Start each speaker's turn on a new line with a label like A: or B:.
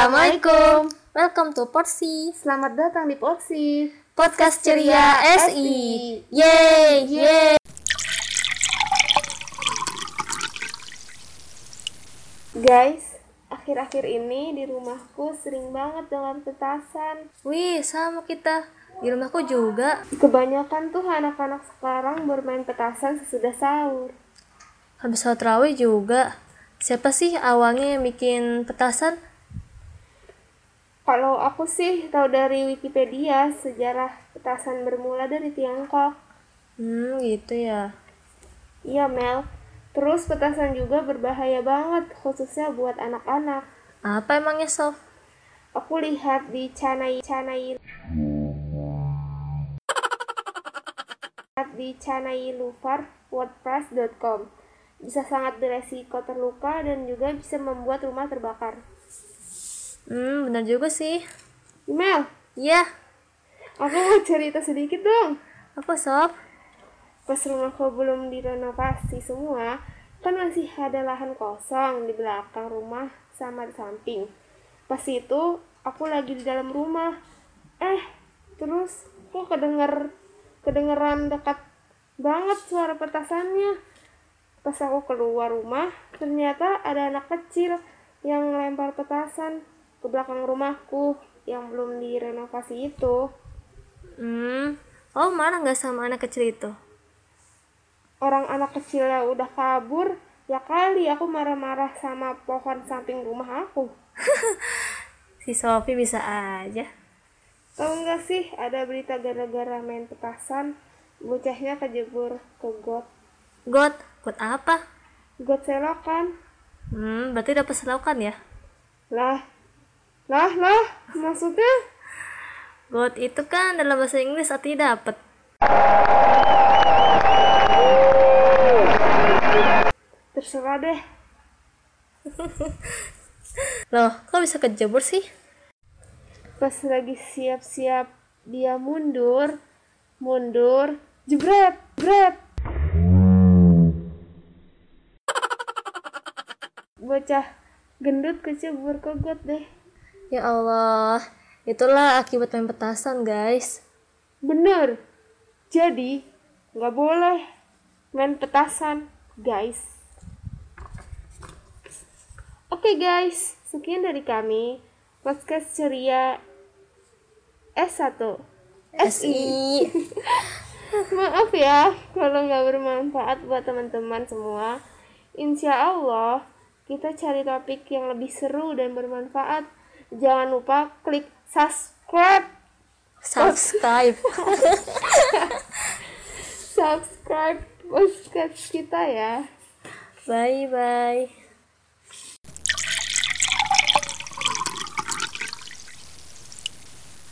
A: Assalamualaikum. Welcome to Porsi,
B: Selamat datang di Porsi.
A: podcast ceria SI. Yeay, yeay.
B: Guys, akhir-akhir ini di rumahku sering banget dengan petasan.
A: Wih, sama kita. Di rumahku juga.
B: Kebanyakan tuh anak-anak sekarang bermain petasan sesudah sahur.
A: Habis sholat rawih juga. Siapa sih awalnya yang bikin petasan?
B: Kalau aku sih tahu dari Wikipedia, sejarah petasan bermula dari Tiongkok.
A: Hmm, gitu ya.
B: Iya, Mel. Terus petasan juga berbahaya banget, khususnya buat anak-anak.
A: Apa emangnya, Sof?
B: Aku lihat di Chanai Chanai di chanailuvar wordpress.com bisa sangat beresiko terluka dan juga bisa membuat rumah terbakar.
A: Hmm, bener juga sih.
B: Mel,
A: Iya.
B: aku mau cerita sedikit dong.
A: Apa, Sof?
B: Pas rumahku belum direnovasi semua, kan masih ada lahan kosong di belakang rumah sama di samping. Pas itu, aku lagi di dalam rumah. Eh, terus kok kedenger kedengeran dekat banget suara petasannya. Pas aku keluar rumah, ternyata ada anak kecil yang lempar petasan ke belakang rumahku yang belum direnovasi itu.
A: Hmm. Oh, marah nggak sama anak kecil itu?
B: orang anak kecilnya udah kabur ya kali aku marah-marah sama pohon samping rumah aku
A: Si Sofi bisa aja.
B: tahu nggak sih ada berita gara-gara main petasan bocahnya kejebur ke got
A: God, buat apa?
B: got selokan
A: Hmm, berarti dapat selokan ya?
B: lah lah lah maksudnya
A: God itu kan dalam bahasa Inggris artinya dapat.
B: terserah deh
A: Loh, kok bisa kejebur sih?
B: pas lagi siap-siap dia mundur mundur jebret jebret bocah gendut kecebur ke got deh
A: Ya Allah, itulah akibat main petasan, guys.
B: Bener. Jadi, nggak boleh main petasan, guys. Oke guys, sekian dari kami. Podcast ceria S1.
A: SI.
B: Maaf ya kalau nggak bermanfaat buat teman-teman semua. Insya Allah kita cari topik yang lebih seru dan bermanfaat. Jangan lupa klik subscribe
A: Subscribe.
B: subscribe podcast kita ya.
A: Bye-bye.